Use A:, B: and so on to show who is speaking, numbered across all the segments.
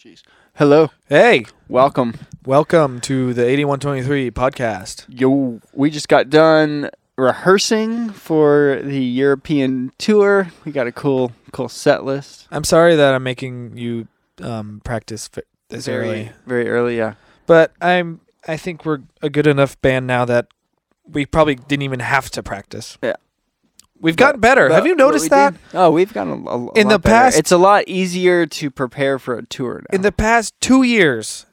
A: Jeez. Hello.
B: Hey,
A: Welcome.
B: welcome to the 8123 podcast.
A: Yo, we just got done rehearsing for the European tour. We got a cool, cool set list.
B: I'm sorry that I'm making you um, practice fi- this
A: very,
B: early,
A: very early. Yeah.
B: but I'm I think we're a good enough band now that we probably didn't even have to practice.
A: Yeah.
B: We've gotten better.
A: But-
B: Have you
A: but we
B: noticed that?
A: did- Oh, we've gotten a, a, a
B: In
A: lot
B: the
A: better.
B: past-
A: It's a lot easier to prepare for a tour now.
B: In the past 2 years,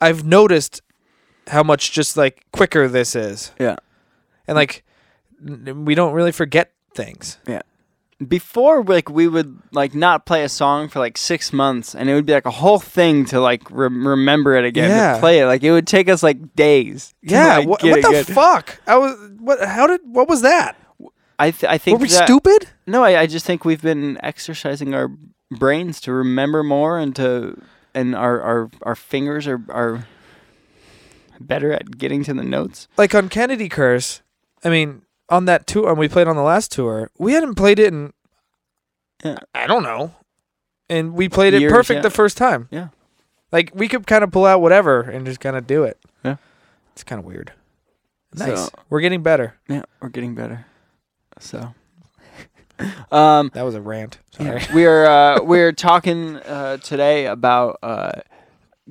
B: I've noticed how much just like quicker this is.
A: Yeah.
B: And like n- we don't really forget things.
A: before like we would like not play a song for like six months and it would be like a whole thing to like rem remember it again to
B: Yeah.
A: play it like it would take us like days to,
B: Yeah,
A: like,
B: wha- what,
A: get it
B: the
A: good.
B: fuck? I was what how did what was that?
A: I, th- I
B: Were
A: think
B: we
A: that-
B: stupid?
A: no I, I just think we've been exercising our brains to remember more and to and our our, our fingers are are better at getting to the notes
B: like on Kennedy Curse, I mean, on that tour, and we played on the last tour, we hadn't played it in,
A: Yeah.
B: I don't know. And we played it
A: Years,
B: perfect
A: yeah.
B: the first time.
A: Yeah.
B: Like we could kind of pull out whatever and just kind of do it.
A: Yeah.
B: It's kind of weird. Nice.
A: So-
B: We're getting better.
A: yeah we're getting better so um
B: That was a rant. Sorry.
A: Yeah. we're uh, we're talking uh, today about uh,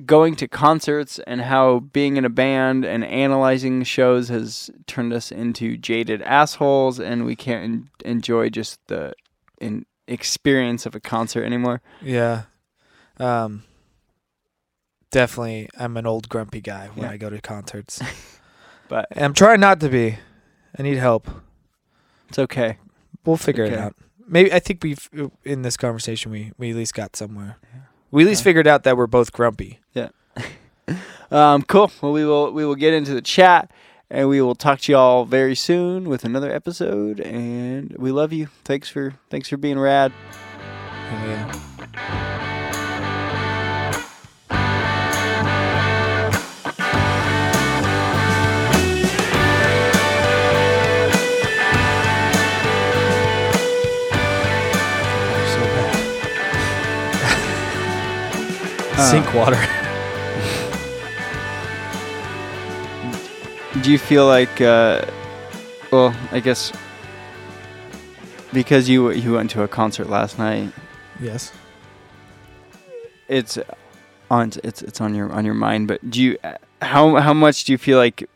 A: going to concerts and how being in a band and analyzing shows has turned us into jaded assholes, and we can't en- enjoy just the in- experience of a concert anymore.
B: Yeah. Um definitely I'm an old grumpy guy when
A: Yeah.
B: I go to concerts.
A: But
B: And I'm trying not to be. I need help.
A: it's okay.
B: We'll figure it
A: Okay.
B: out. Maybe I think we've uh, in this conversation we we at least got somewhere.
A: Yeah.
B: We at least
A: Okay.
B: figured out that we're both grumpy.
A: Um, cool. Well, we will we will get into the chat. And we will talk to y'all very soon with another episode. And we love you. Thanks for thanks for being rad.
B: uh, So bad. Sink water.
A: Do you feel like, uh, well, I guess because you you went to a concert last night,
B: yes.
A: it's on it's it's on your on your mind. But do you how how much do you feel like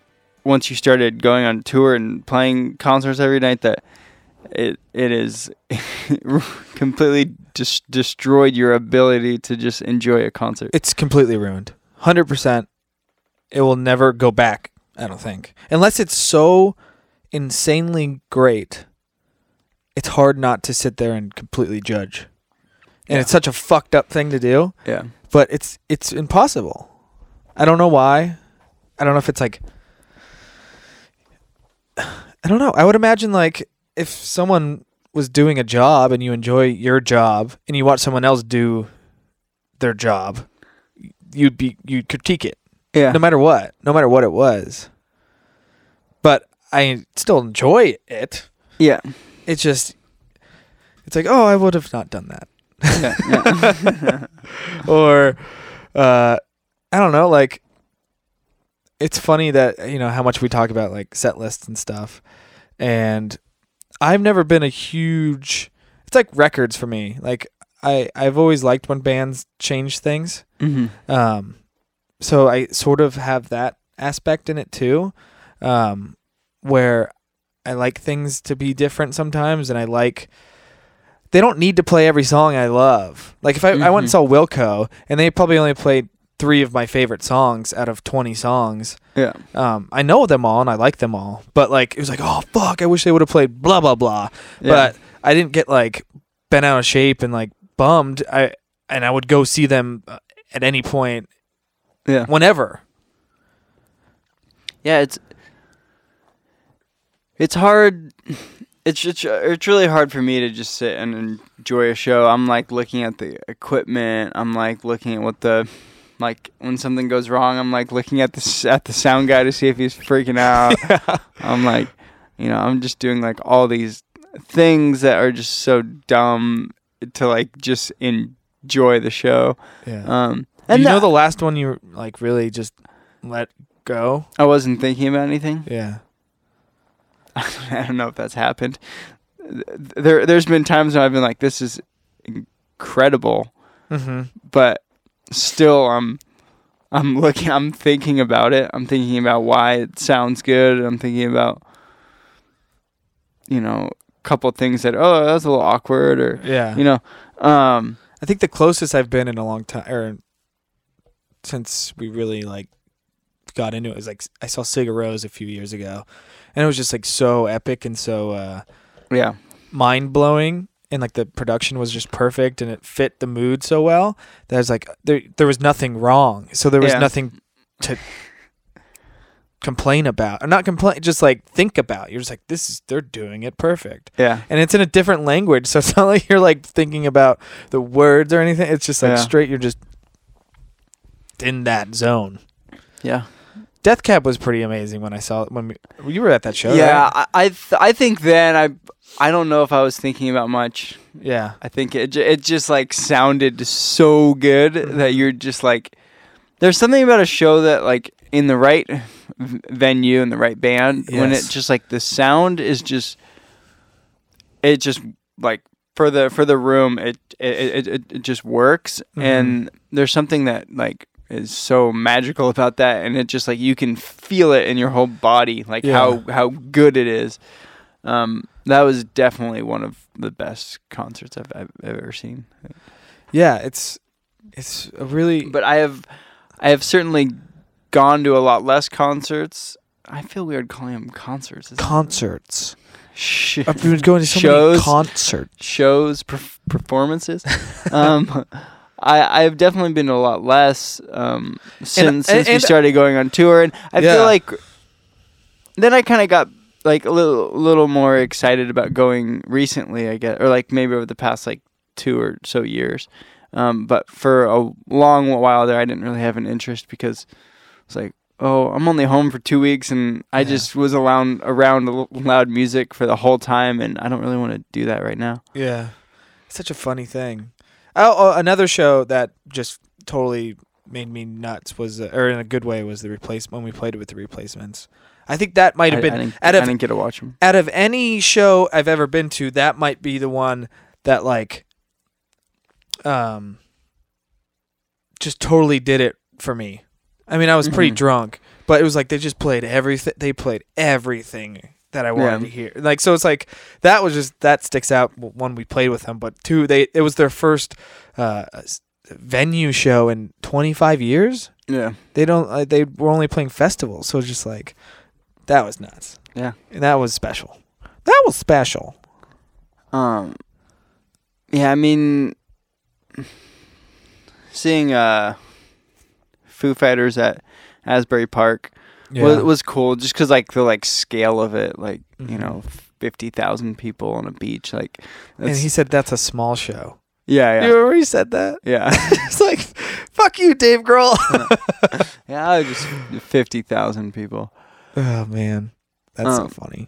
A: once you started going on tour and playing concerts every night that it it is completely just destroyed your ability to just enjoy a concert?
B: It's completely ruined. 100%. It will never go back, I don't think. Unless it's so insanely great, it's hard not to sit there and completely judge. And it's such a fucked up thing to do,
A: Yeah,
B: but it's it's impossible. I don't know why. I don't know if it's like I don't know. I would imagine like if someone was doing a job and you enjoy your job and you watch someone else do their job, you'd be you'd critique it
A: yeah.
B: no matter what, no matter what it was. But I still enjoy it.
A: Yeah.
B: It's just it's like, "Oh, I would have not done that."
A: yeah, yeah.
B: or uh I don't know, like it's funny that you know how much we talk about like set lists and stuff. And I've never been a huge it's like records for me. Like I I've always liked when bands change things.
A: hmm
B: Um, so I sort of have that aspect in it too, um, where I like things to be different sometimes, and I like they don't need to play every song I love. Like if I, I went
A: Mhm.
B: and saw Wilco, and they probably only played three of my favorite songs out of twenty songs.
A: Yeah.
B: Um, I know them all and I like them all, but like it was like, oh fuck, I wish they would have played blah blah blah
A: Yeah.
B: but I didn't get like bent out of shape and like bummed. I and I would go see them uh, at any point,
A: yeah.
B: whenever.
A: yeah it's it's hard it's it's it's really hard for me to just sit and enjoy a show i'm like looking at the equipment i'm like looking at what the like when something goes wrong i'm like looking at the s- at the sound guy to see if he's freaking out i'm like you know i'm just doing like all these things that are just so dumb to like just enjoy the show
B: Yeah,
A: um,
B: And
A: And
B: Uh, you know
A: the-
B: the last one you like really just let go.
A: I wasn't thinking about anything.
B: Yeah.
A: I don't know if that's happened. Th- There, there's been times when I've been like, "This is incredible,"
B: Mm-hmm.
A: but still, I'm, I'm looking, I'm thinking about it. I'm thinking about why it sounds good. I'm thinking about, you know, a couple things that oh, that's a little awkward, or
B: Yeah.
A: you know, um,
B: I think the closest I've been in a long time, or since we really like got into it, was like I saw Sigur Rós a few years ago, and it was just like so epic and so uh,
A: yeah,
B: mind blowing, and like the production was just perfect, and it fit the mood so well that I was like, there there was nothing wrong, so there was
A: Yeah.
B: nothing to complain about, or not complain, just like think about. You're just like, this is they're doing it perfect
A: yeah,
B: and it's in a different language so it's not like you're like thinking about the words or anything it's just like
A: Yeah.
B: straight you're just in that zone
A: yeah.
B: death cab was pretty amazing when i saw it when we, you were at that show
A: yeah,
B: right?
A: I I, th- I think then I I don't know if I was thinking about much.
B: yeah
A: I think it ju- it just like sounded so good that you're just like there's something about a show that like in the right v- venue and the right band when it
B: Yes.
A: just like the sound is just it just like for the for the room it it it, it, it just works and there's something that like is so magical about that and it just like you can feel it in your whole body like
B: Yeah.
A: how how good it is um, that was definitely one of the best concerts I've, I've ever seen.
B: yeah it's it's a really
A: But I have, I have certainly gone to a lot less concerts. I feel weird calling them concerts. Is that-
B: concerts Oh,
A: Sh-
B: i've been going to so
A: Shows.
B: many concerts
A: shows, perf- performances. um, I I've definitely been to a lot less um, since
B: and-
A: since we
B: and-
A: started going on tour, and I
B: Yeah.
A: feel like then I kind of got like a little little more excited about going recently, I guess, or like maybe over the past like two or so years. Um, but for a long while there, I didn't really have an interest because it's like. Oh, I'm only home for two weeks, and I
B: Yeah.
A: just was around around l- loud music for the whole time, and I don't really want to do that right now.
B: Yeah, such a funny thing. Oh, oh, another show that just totally made me nuts was, uh, or in a good way, was the replace when we played it with the replacements. I think that might have
A: I- I
B: been
A: didn't,
B: out
A: I
B: of
A: didn't get to watch him.
B: out of any show I've ever been to. That might be the one that like, um, just totally did it for me. I mean, I was pretty
A: Mhm.
B: drunk, but it was like they just played everything. They played everything that I wanted
A: Yeah.
B: to hear. Like so, it's like that was just that sticks out. w- One we played with them, but two they it was their first uh, s- venue show in 25 years.
A: Yeah,
B: They don't uh, they were only playing festivals, so it's just like that was nuts.
A: yeah.
B: And that was special. That was special.
A: Um, yeah. I mean, seeing uh, Foo Fighters at Asbury Park was was cool, just because like the like scale of it, like you
B: Mhm.
A: know, fifty thousand people on a beach, like
B: and
A: that's-
B: he said that's a small show.
A: yeah,
B: You
A: yeah,
B: remember he said that?
A: yeah,
B: it's like, fuck you, Dave Grohl.
A: yeah, just fifty thousand people.
B: oh man, that's so
A: Um,
B: funny.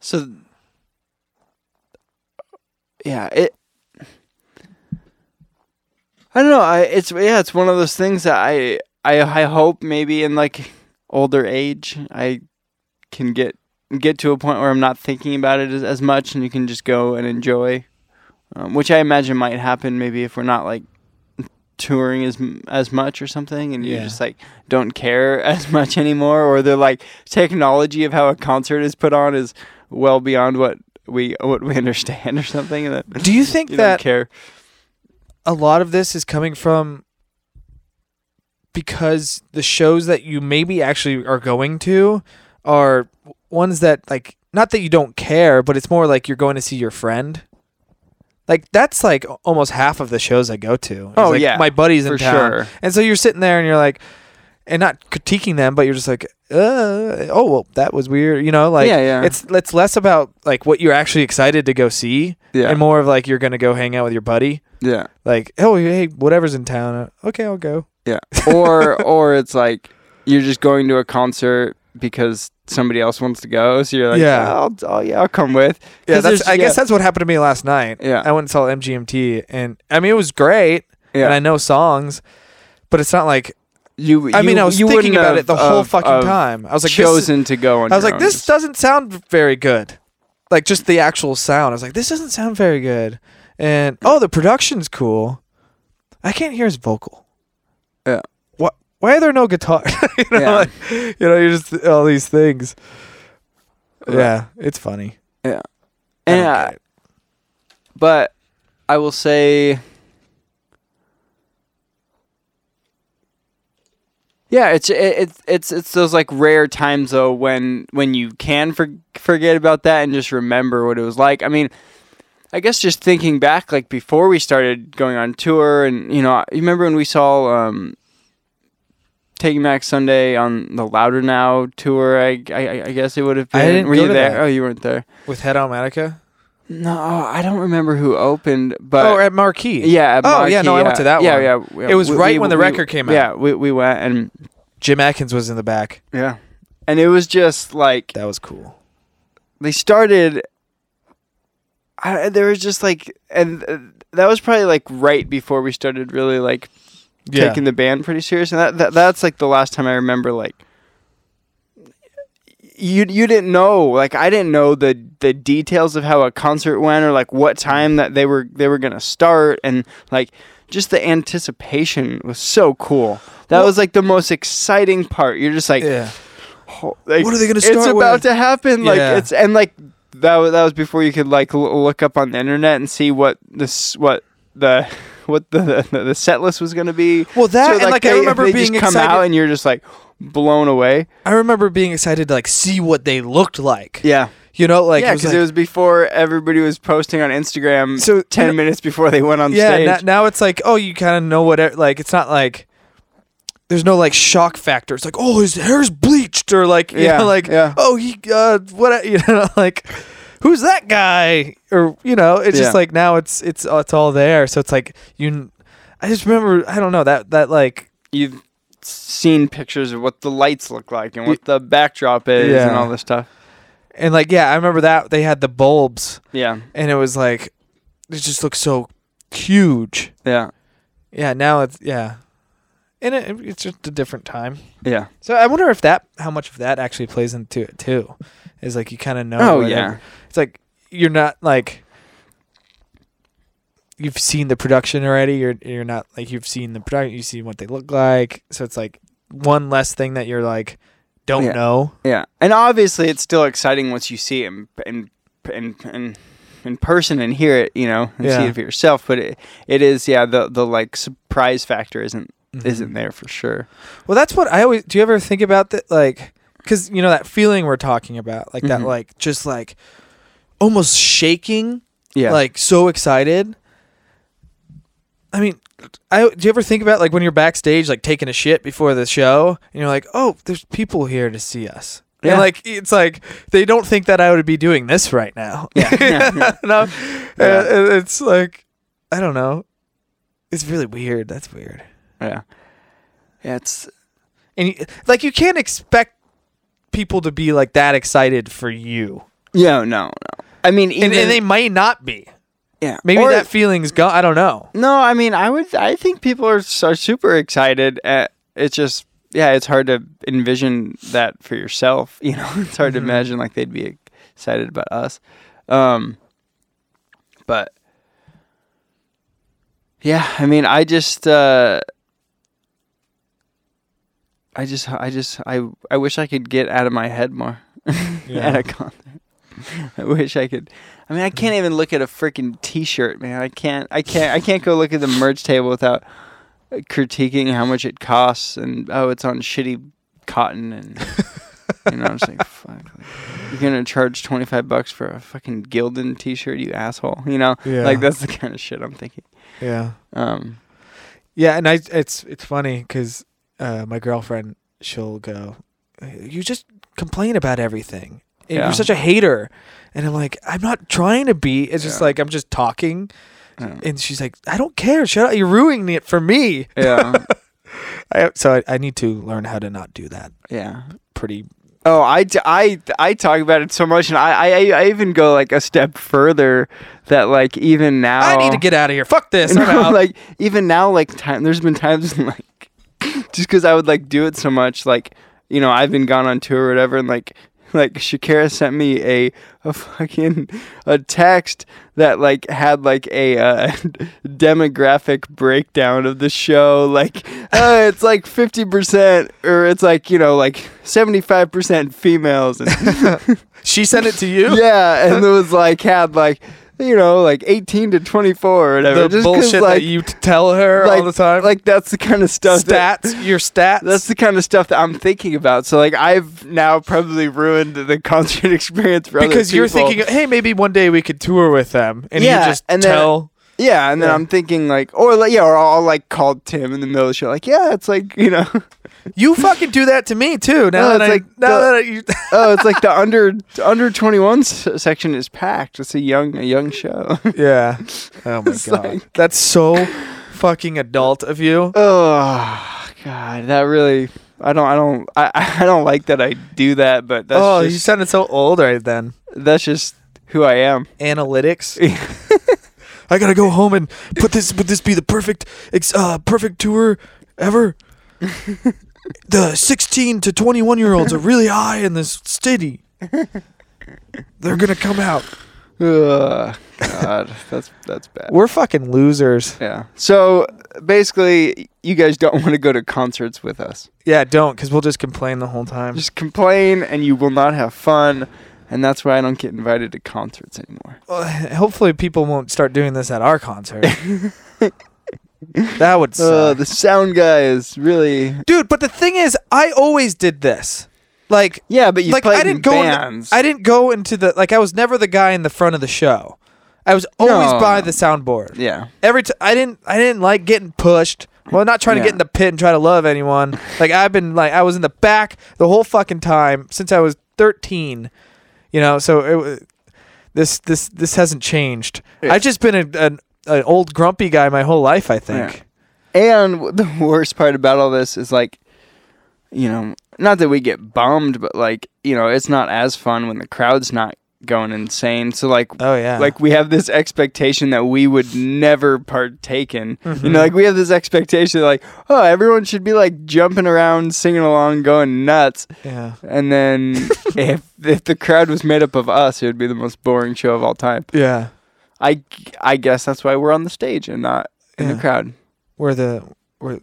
A: So th- yeah, it I don't know, I it's yeah, it's one of those things that I I I hope maybe in like older age I can get get to a point where I'm not thinking about it as, as much and you can just go and enjoy um, which I imagine might happen maybe if we're not like touring as m- as much or something and you
B: Yeah.
A: just like don't care as much anymore or the like technology of how a concert is put on is well beyond what we what we understand or something and that
B: Do you think
A: you don't
B: that
A: care
B: a lot of this is coming from because the shows that you maybe actually are going to are ones that like not that you don't care, but it's more like you're going to see your friend. Like that's like a- almost half of the shows I go to. It's
A: Oh,
B: like,
A: yeah,
B: my buddies in
A: for
B: town,
A: sure
B: and so you're sitting there and you're like, and not critiquing them, but you're just like, uh, oh well, that was weird, you know, like
A: Yeah, yeah.
B: it's it's less about like what you're actually excited to go see,
A: yeah
B: and more of like you're gonna go hang out with your buddy,
A: yeah
B: like oh hey whatever's in town, uh, okay I'll go.
A: yeah or or it's like you're just going to a concert because somebody else wants to go so you're like
B: Yeah.
A: yeah I'll, oh yeah I'll come with 'Cause
B: Yeah, that's
A: there's-
B: I guess
A: yeah,
B: that's what happened to me last night.
A: Yeah.
B: I went and saw MGMT, and I mean it was great,
A: yeah.
B: and I know songs, But it's not like
A: You.
B: I mean,
A: you-
B: I was
A: you
B: thinking
A: wouldn't
B: about
A: have-
B: it the whole
A: of-
B: fucking
A: of
B: time. I was like, this,
A: chosen to go on.
B: I was
A: your
B: like,
A: own.
B: this doesn't sound very good. Like just the actual sound. I was like, this doesn't sound very good. And oh, the production's cool. I can't hear his vocal.
A: Yeah.
B: What? Why are there no guitar? you know,
A: Yeah.
B: like, you know, you're just all these things.
A: Right.
B: Yeah, it's funny. I don't
A: And uh,
B: get
A: I-
B: it.
A: but I will say, yeah, it's it, it's it's it's those like rare times though when when you can for, forget about that and just remember what it was like. I mean, I guess just thinking back, like before we started going on tour, and you know, you remember when we saw um, Taking Back Sunday on the Louder Now tour? I I, I guess it would have been.
B: I didn't
A: Were
B: go
A: you
B: to
A: there?
B: that.
A: Oh, you weren't there.
B: with Head Automatica.
A: No, I don't remember who opened, but
B: oh, at Marquee.
A: yeah. at
B: Oh, yeah, no, I
A: Marquee,
B: went to that
A: yeah,
B: one.
A: Yeah, yeah.
B: It was right when the record came out.
A: Yeah, we we went and
B: Jim Atkins was in the back.
A: yeah, and it was just like
B: That was cool.
A: they started. I, there was just like, and uh, that was probably like right before we started really like
B: Yeah.
A: taking the band pretty serious, and that, that that's like the last time I remember like. You you didn't know like I didn't know the the details of how a concert went or like what time that they were they were gonna start and like just the anticipation was so cool. That
B: Well-
A: was like the most exciting part. You're just like,
B: yeah.
A: ho- like,
B: What are they gonna
A: It's
B: start
A: about
B: with?
A: to happen. Like
B: Yeah.
A: it's and like that was that was before you could like l- look up on the internet and see what this what the what the the, the set list was gonna be.
B: Well, that
A: So,
B: and like I
A: they-
B: remember
A: they
B: being
A: just come
B: excited.
A: out and you're just like blown away.
B: I remember being excited to like see what they looked like.
A: Yeah,
B: You know, like
A: yeah,
B: it was
A: because
B: like-
A: it was before everybody was posting on Instagram.
B: So-
A: ten minutes before they went on
B: yeah.
A: stage.
B: na- now it's like oh, you kind of know what it- like it's not like there's no like shock factor. It's like oh, his hair's bleached or like you
A: Yeah,
B: know like
A: yeah.
B: oh he uh what you know like who's that guy or you know it's just
A: Yeah.
B: like now it's it's uh, it's all there. So it's like you. kn- I just remember I don't know that that like
A: You've seen pictures of what the lights look like and what the backdrop is
B: Yeah.
A: and all this stuff.
B: and like yeah I remember that they had the bulbs
A: Yeah,
B: and it was like it just looked so huge.
A: yeah,
B: Yeah, now it's yeah, and it, it's just a different time.
A: yeah.
B: So I wonder if that how much of that actually plays into it too, is like you kind of know.
A: Oh,
B: what
A: yeah.
B: ev- it's like you're not like you've seen the production already. You're you're not like you've seen the production. You see what they look like. So it's like one less thing that you're like don't
A: Yeah.
B: know.
A: Yeah, and obviously it's still exciting once you see it in in in, in, in person and hear it, you know, and see
B: Yeah.
A: it for yourself. But it, it is, yeah, the the like surprise factor isn't isn't there for sure.
B: Mm-hmm. Well, that's what I always do. You ever think about that, like, because you know that feeling we're talking about, like that,
A: Mhm.
B: like just like almost shaking,
A: Yeah,
B: like so excited. I mean, I do you ever think about like when you're backstage, like taking a shit before the show, and you're like, oh, there's people here to see us.
A: Yeah.
B: And like it's like they don't think that I would be doing this right now.
A: Yeah, yeah, yeah.
B: no, uh,
A: Yeah.
B: it's like I don't know. It's really weird. That's weird
A: yeah, yeah. It's
B: and you, like you can't expect people to be like that excited for you
A: yeah, no, no. I mean, even,
B: and, and they may not be
A: yeah,
B: maybe
A: Or-
B: that feeling's gone i don't know
A: No, I mean, I would. I think people are s- are super excited. At, it's just, yeah, it's hard to envision that for yourself. You know, it's hard to
B: Mm-hmm.
A: imagine like they'd be excited about us. Um, but yeah, I mean, I just, uh, I just, I just, I, I wish I could get out of my head more at a concert. I wish I could. I mean, I can't even look at a freaking T-shirt, man. I can't. I can't. I can't go look at the merch table without uh, critiquing how much it costs and oh, it's on shitty cotton and you know. I'm just like, fuck. like, you're gonna charge 25 bucks for a fucking Gildan T-shirt, you asshole. You know,
B: Yeah.
A: like that's the kind of shit I'm thinking.
B: yeah
A: Um,
B: yeah and i it's it's funny because uh, my girlfriend she'll go you just complain about everything And
A: Yeah.
B: you're such a hater and i'm like i'm not trying to be it's just
A: Yeah.
B: like i'm just talking
A: yeah.
B: and she's like i don't care shut up you're ruining it for me
A: yeah,
B: I, so I, I need to learn how to not do that
A: yeah.
B: pretty
A: Oh, I, t- I, I talk about it so much, and I, I, I even go like a step further that like even now
B: I need to get out of here. Fuck this.
A: You
B: I'm
A: know,
B: out.
A: like even now, like time. There's been times like just because I would like do it so much. Like, you know, I've been gone on tour or whatever, and like, like Shakira sent me a a fucking a text that like had like a uh, demographic breakdown of the show. Like, uh, it's like fifty percent, or it's like you know, like seventy five percent females, and
B: She sent it to you.
A: yeah, and it was like had like. You know, like eighteen to twenty-four, or whatever.
B: The
A: just 'cause,
B: bullshit
A: like,
B: that you t- tell her all the time.
A: like that's the kind of stuff that,
B: stats, your stats.
A: that's the kind of stuff that I'm thinking about. So like I've now probably ruined the concert experience for other
B: because you're
A: people.
B: thinking, hey, maybe one day we could tour with them, and
A: Yeah,
B: you just
A: and then-
B: tell.
A: yeah, and then
B: Yeah.
A: I'm thinking like, or like, yeah, or I'll like call Tim in the middle of the show, like, yeah, it's like you know,
B: you fucking do that to me too. Now
A: No,
B: that
A: it's
B: I,
A: like
B: now
A: the-
B: that I, you,
A: oh, it's like the under under 21 s- section is packed. It's a young a young show.
B: yeah. Oh my
A: It's
B: god,
A: like- Uh,
B: that's so fucking adult of you.
A: oh God, that really. I don't, I don't, I, I don't like that I do that, but that's
B: oh, you
A: just,
B: sounded so old right then.
A: that's just who I am.
B: Analytics. I gotta go home and put this. Would this be the perfect, ex- uh, perfect tour ever? the 16 to 21 year olds are really high in this city. They're gonna come out.
A: Ugh, God, that's that's bad.
B: We're fucking losers.
A: Yeah. So basically, you guys don't want to go to concerts with us.
B: Yeah, don't, cause we'll just complain the whole time.
A: Just complain, and you will not have fun. And that's why I don't get invited to concerts anymore.
B: Well, uh, hopefully, people won't start doing this at our concert. that would suck.
A: Uh, the sound guy is really.
B: dude. But the thing is, I always did this. Like,
A: Yeah, but you
B: like
A: played
B: I didn't
A: in
B: go. in-
A: bands.
B: I didn't go into the like. I was never the guy in the front of the show. I was always
A: No.
B: by the soundboard.
A: yeah.
B: Every time I didn't. I didn't like getting pushed. Well, not trying to
A: Yeah.
B: get in the pit and try to love anyone. Like I've been like I was in the back the whole fucking time since I was thirteen. You know, so it, wa- this this this hasn't changed.
A: Yeah.
B: I've just been a, an an old grumpy guy my whole life. I think.
A: Yeah. And w- the worst part about all this is like, you know, not that we get bummed, but like, you know, it's not as fun when the crowd's not going insane. So like,
B: Oh yeah.
A: like we have this expectation that we would never partake in you
B: Mm-hmm.
A: know like we have this expectation like oh everyone should be like jumping around singing along going nuts
B: yeah.
A: and then if, if the crowd was made up of us it would be the most boring show of all time
B: Yeah.
A: i i guess that's why we're on the stage and not in
B: Yeah.
A: the crowd
B: We're the we're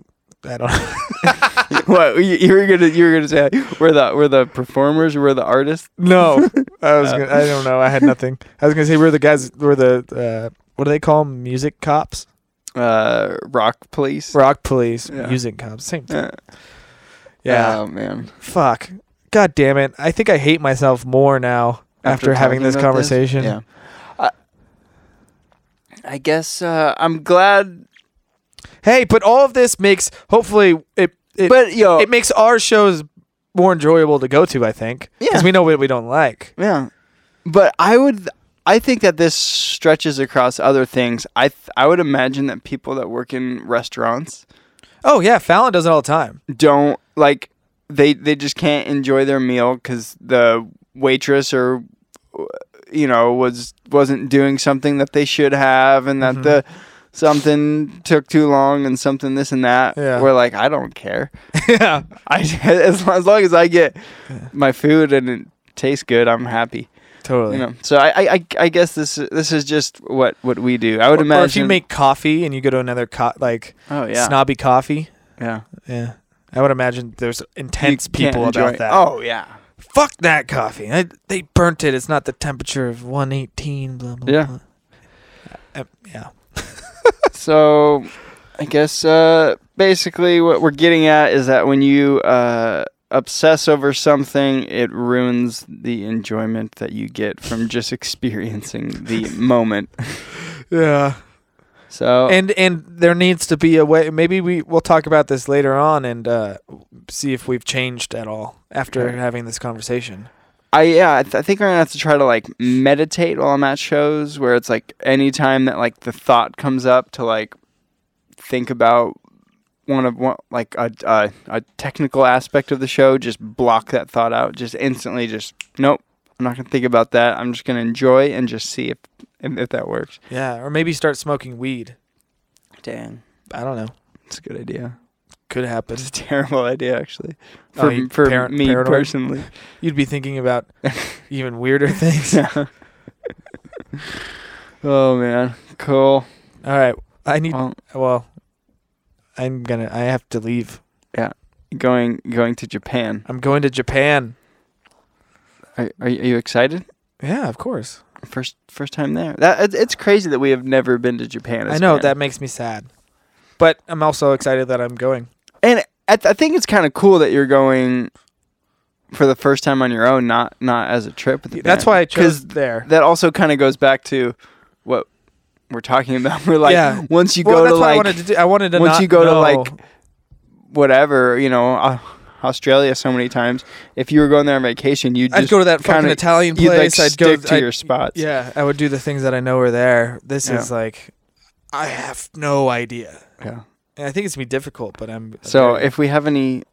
B: I don't know.
A: what you, you were gonna you were gonna say like, we're the we're the performers we're the artists
B: No, I was. Gonna, I don't know. I had nothing. I was gonna say we're the guys. We're the uh, what do they call 'em? Music cops,
A: uh rock police
B: rock police,
A: Yeah.
B: music cops. Same thing.
A: yeah.
B: Yeah.
A: oh man
B: Uh, Fuck. God damn it. I think I hate myself more now after, having
A: talking
B: this
A: about
B: conversation.
A: Yeah. I, I guess uh, I'm glad,
B: Hey, but all of this makes hopefully it it
A: but uh, yo,
B: it makes our shows more enjoyable to go to. I think because
A: Yeah.
B: we know what we don't like.
A: yeah. But I would, I think that this stretches across other things. I th- I would imagine that people that work in restaurants
B: Oh yeah, Fallon does it all the time.
A: don't like they they just can't enjoy their meal because the waitress or uh, you know was wasn't doing something that they should have and that the something took too long and something this and that
B: Yeah.
A: we're like i don't care
B: yeah.
A: I as, long- as long as I get my food and it tastes good, I'm happy.
B: Totally.
A: You know, so I, I- I, I guess this this is just what, what we do. I would
B: Or-
A: imagine.
B: Or if you make coffee and you go to another co- like
A: oh yeah,
B: snobby coffee,
A: yeah,
B: yeah, I would imagine there's intense
A: You can't
B: people
A: enjoy
B: about
A: it.
B: that.
A: Oh yeah,
B: fuck that coffee! I, they burnt it. It's not the temperature of 118. Blah blah.
A: Yeah.
B: blah. Uh, yeah.
A: so I guess uh, basically what we're getting at is that when you uh, obsess over something, it ruins the enjoyment that you get from just experiencing the moment.
B: Yeah.
A: So
B: And and there needs to be a way. Maybe we we'll talk about this later on and uh, see if we've changed at all after
A: Okay.
B: having this conversation.
A: I yeah, I, th- I think I'm gonna have to try to like meditate while I'm at shows, where it's like any time that like the thought comes up to like think about one of one like a a, a technical aspect of the show, just block that thought out, just instantly, just nope, I'm not gonna think about that. I'm just gonna enjoy and just see if if, if that works.
B: Yeah. Or maybe start smoking weed.
A: Dang,
B: I don't know.
A: that's a good idea.
B: could happen.
A: It's a terrible idea, actually,
B: Oh,
A: for
B: you
A: for
B: parent-
A: me
B: paranoid?
A: personally.
B: You'd be thinking about even weirder things.
A: Yeah. oh man, cool.
B: All right, I need.
A: Well,
B: Well, I'm gonna. I have to leave.
A: going going to Japan.
B: I'm going to Japan.
A: Are, are you are you excited?
B: Yeah, of course.
A: First first time there. That it's- it's crazy that we have never been to Japan. as
B: I know
A: parents.
B: that makes me sad, but I'm also excited that I'm going.
A: and I, th- I think it's kind of cool that you're going for the first time on your own, not not as a trip. With the
B: That's
A: band.
B: why I chose
A: 'Cause
B: there.
A: that also kind of goes back to what we're talking about. We're like,
B: Yeah.
A: once you
B: well,
A: go
B: that's
A: to
B: what I
A: like
B: wanted to do. I wanted to
A: once
B: not
A: you go to
B: know-
A: like whatever, you know, uh, Australia so many times. If you were going there on vacation, you'd
B: I'd
A: just
B: go to that fucking
A: kinda-
B: Italian
A: you'd like
B: place. I'd go
A: stick to
B: I'd-
A: your spots.
B: Yeah, I would do the things that I know are there. This
A: Yeah.
B: is like, I have no idea.
A: yeah.
B: And I think it's gonna be difficult, but I'm
A: So
B: very-
A: if we have any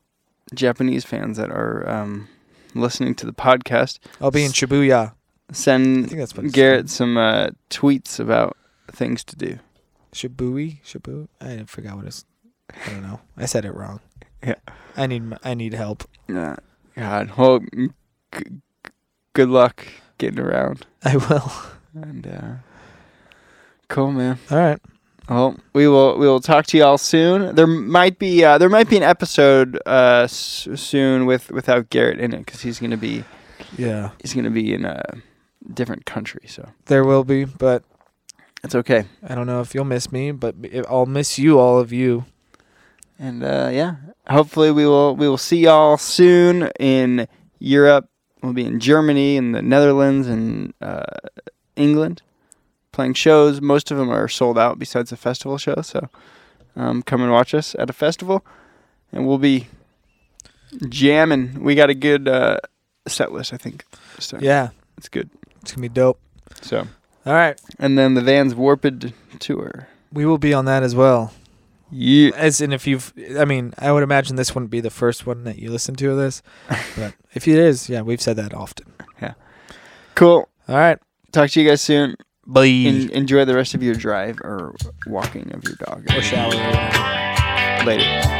A: Japanese fans that are um, listening to the podcast,
B: I'll be in Shibuya. I
A: send
B: think that's what it's
A: Garrett some uh, tweets about things to do.
B: called. Shibui, Shibu. I forgot what it's. I don't know. I said it wrong.
A: Yeah.
B: I need I need help.
A: Yeah. God. Well, g- g- good luck getting around.
B: I will.
A: And uh, cool, man.
B: All right.
A: Well, we will we will talk to y'all soon. There might be uh, there might be an episode uh, s- soon with without Garrett in it because he's gonna be
B: Yeah.
A: he's gonna be in a different country. So
B: There will be, but
A: it's okay.
B: I don't know if you'll miss me, but i- I'll miss you, all of you.
A: And uh, yeah, hopefully we will we will see y'all soon in Europe. We'll be in Germany and the Netherlands and uh, England playing shows. Most of them are sold out besides the festival show. So um, come and watch us at a festival, and we'll be jamming. We got a good uh, set list, I think. So
B: Yeah,
A: it's good.
B: it's gonna be dope.
A: So
B: All right,
A: and then the Vans Warped tour.
B: we will be on that as well.
A: Yeah.
B: As in, if you've, I mean, I would imagine this wouldn't be the first one that you listen to of this, but if it is, yeah, we've said that often.
A: Cool.
B: All right,
A: Talk to you guys soon.
B: bye.
A: En- enjoy the rest of your drive or walking of your dog
B: or shower.
A: later.